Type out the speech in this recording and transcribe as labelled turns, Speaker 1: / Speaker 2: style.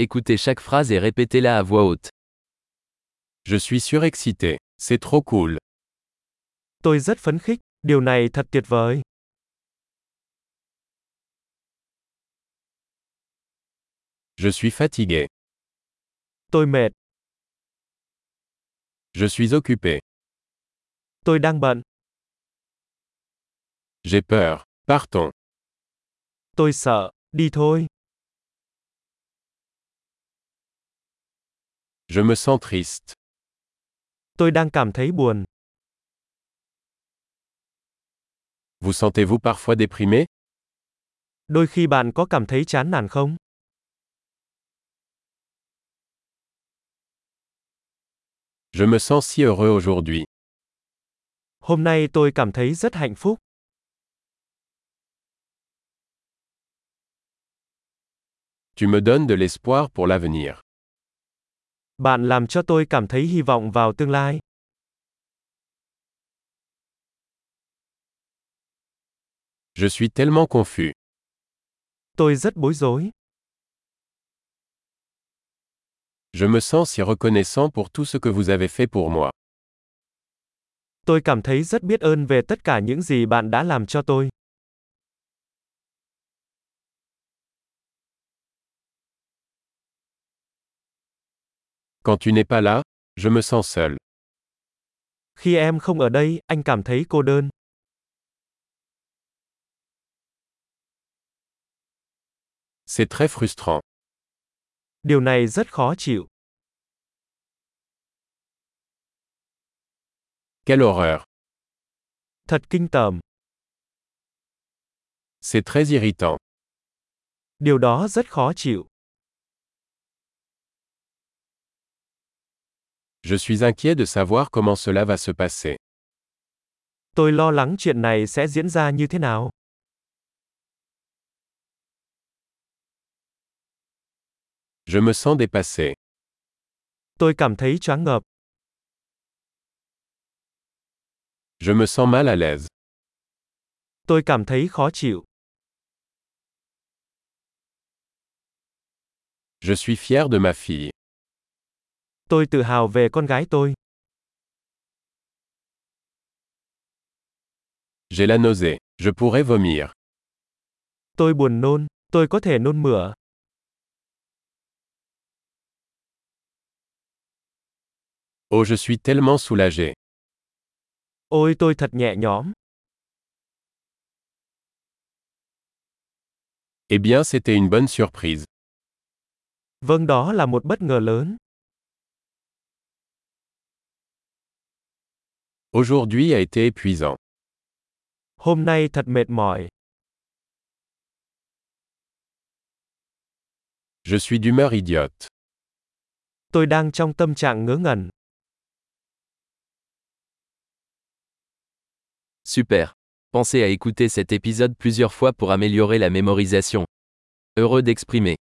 Speaker 1: Écoutez chaque phrase et répétez-la à voix haute.
Speaker 2: Je suis surexcité. C'est trop cool.
Speaker 3: Tôi rất phấn khích, điều này thật tuyệt vời.
Speaker 2: Je suis fatigué.
Speaker 3: Tôi mệt,
Speaker 2: Je suis occupé.
Speaker 3: tôi đang bận,
Speaker 2: J'ai peur. Partons.
Speaker 3: tôi sợ, đi thôi.
Speaker 2: Je me sens triste.
Speaker 3: Tôi đang cảm thấy buồn.
Speaker 2: Vous sentez-vous parfois déprimé
Speaker 3: Đôi khi bạn có cảm thấy chán nản không?
Speaker 2: Je me sens si heureux aujourd'hui.
Speaker 3: Hôm nay tôi cảm thấy rất hạnh phúc,
Speaker 2: Tu me donnes de l'espoir pour l'avenir.
Speaker 3: bạn làm cho tôi cảm thấy hy vọng vào tương lai.
Speaker 2: Je suis tellement confus.
Speaker 3: Tôi rất bối rối,
Speaker 2: Je me sens si reconnaissant pour tout ce que vous avez fait pour moi.
Speaker 3: tôi cảm thấy rất biết ơn về tất cả những gì bạn đã làm cho tôi.
Speaker 2: Quand tu n'es pas là, je me sens seul.
Speaker 3: Khi em không ở đây, anh cảm thấy cô đơn.
Speaker 2: C'est très frustrant.
Speaker 3: Điều này rất khó chịu.
Speaker 2: Quelle horreur.
Speaker 3: Thật kinh tởm,
Speaker 2: C'est très irritant.
Speaker 3: điều đó rất khó chịu.
Speaker 2: Je suis inquiet de savoir comment cela va se passer.
Speaker 3: Tôi lo lắng chuyện này sẽ diễn ra như thế nào.
Speaker 2: Je me sens dépassé.
Speaker 3: Tôi cảm thấy choáng ngợp,
Speaker 2: Je me sens mal à l'aise.
Speaker 3: tôi cảm thấy khó chịu,
Speaker 2: Je suis fier de ma fille.
Speaker 3: tôi tự hào về con gái tôi,
Speaker 2: J'ai la nausée. Je pourrais vomir.
Speaker 3: tôi buồn nôn, tôi có thể nôn mửa,
Speaker 2: Oh, je suis tellement soulagé.
Speaker 3: ôi tôi thật nhẹ nhõm,
Speaker 2: Eh bien, c'était une bonne surprise.
Speaker 3: vâng đó là một bất ngờ lớn,
Speaker 2: Aujourd'hui a été épuisant.
Speaker 3: hôm nay thật mệt mỏi,
Speaker 2: Je suis d'humeur idiote.
Speaker 3: tôi đang trong tâm trạng ngớ ngẩn,
Speaker 1: Super. Pensez à écouter cet épisode plusieurs fois pour améliorer la mémorisation. Heureux d'exprimer.